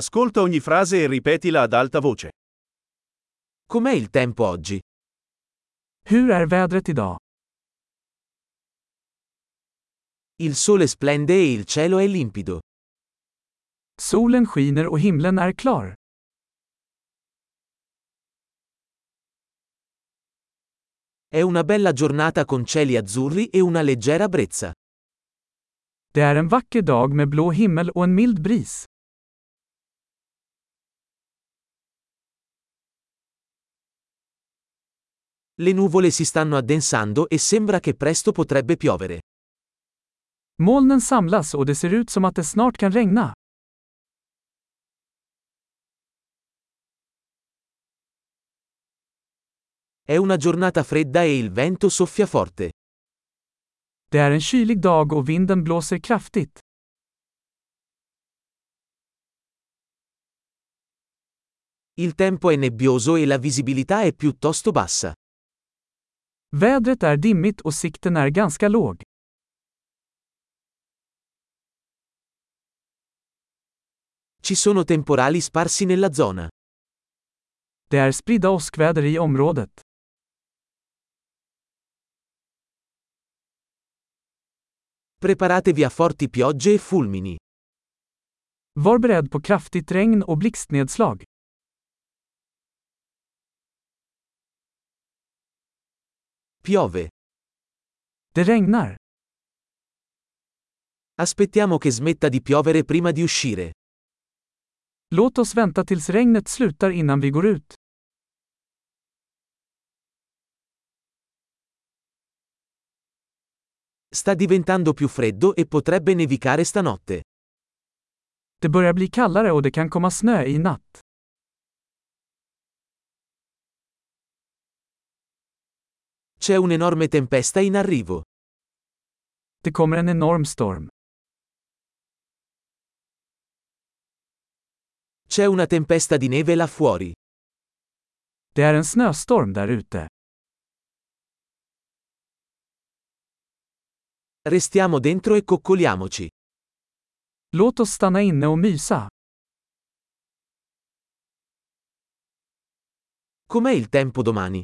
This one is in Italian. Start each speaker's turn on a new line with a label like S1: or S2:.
S1: Ascolta ogni frase e ripetila ad alta voce.
S2: Com'è il tempo oggi?
S3: Hur är vädret idag?
S2: Il sole splende e il cielo è limpido.
S3: Solen skiner och himlen är klar.
S2: È una bella giornata con cieli azzurri e una leggera brezza.
S3: Det är en vacker dag med blå himmel och en mild bris.
S2: Le nuvole si stanno addensando e sembra che presto potrebbe piovere.
S3: Molnen samlas och det ser ut som att det snart kan regna.
S2: È una giornata fredda e il vento soffia forte.
S3: Det är en kylig dag och vinden blåser kraftigt.
S2: Il tempo è nebbioso e la visibilità è piuttosto bassa.
S3: Vädret är dimmigt och sikten är ganska låg.
S2: Ci sono temporali sparsi nella zona.
S3: Det är spridda åskväder i området.
S2: Preparatevi a forti piogge e fulmini.
S3: Var beredd på kraftigt regn och blixtnedslag.
S2: Piove.
S3: Det regnar.
S2: Aspettiamo che smetta di piovere prima di uscire.
S3: Låt oss vänta tills regnet slutar innan vi går ut.
S2: Sta diventando più freddo e potrebbe nevicare stanotte.
S3: Det börjar bli kallare och det kan komma snö i natt.
S2: C'è un'enorme tempesta in arrivo.
S3: Det kommer en enorm storm.
S2: C'è una tempesta di neve là fuori.
S3: Det är en snöstorm där ute.
S2: Restiamo dentro e coccoliamoci.
S3: Låt oss stanna inne och mysa.
S2: Com'è il tempo domani?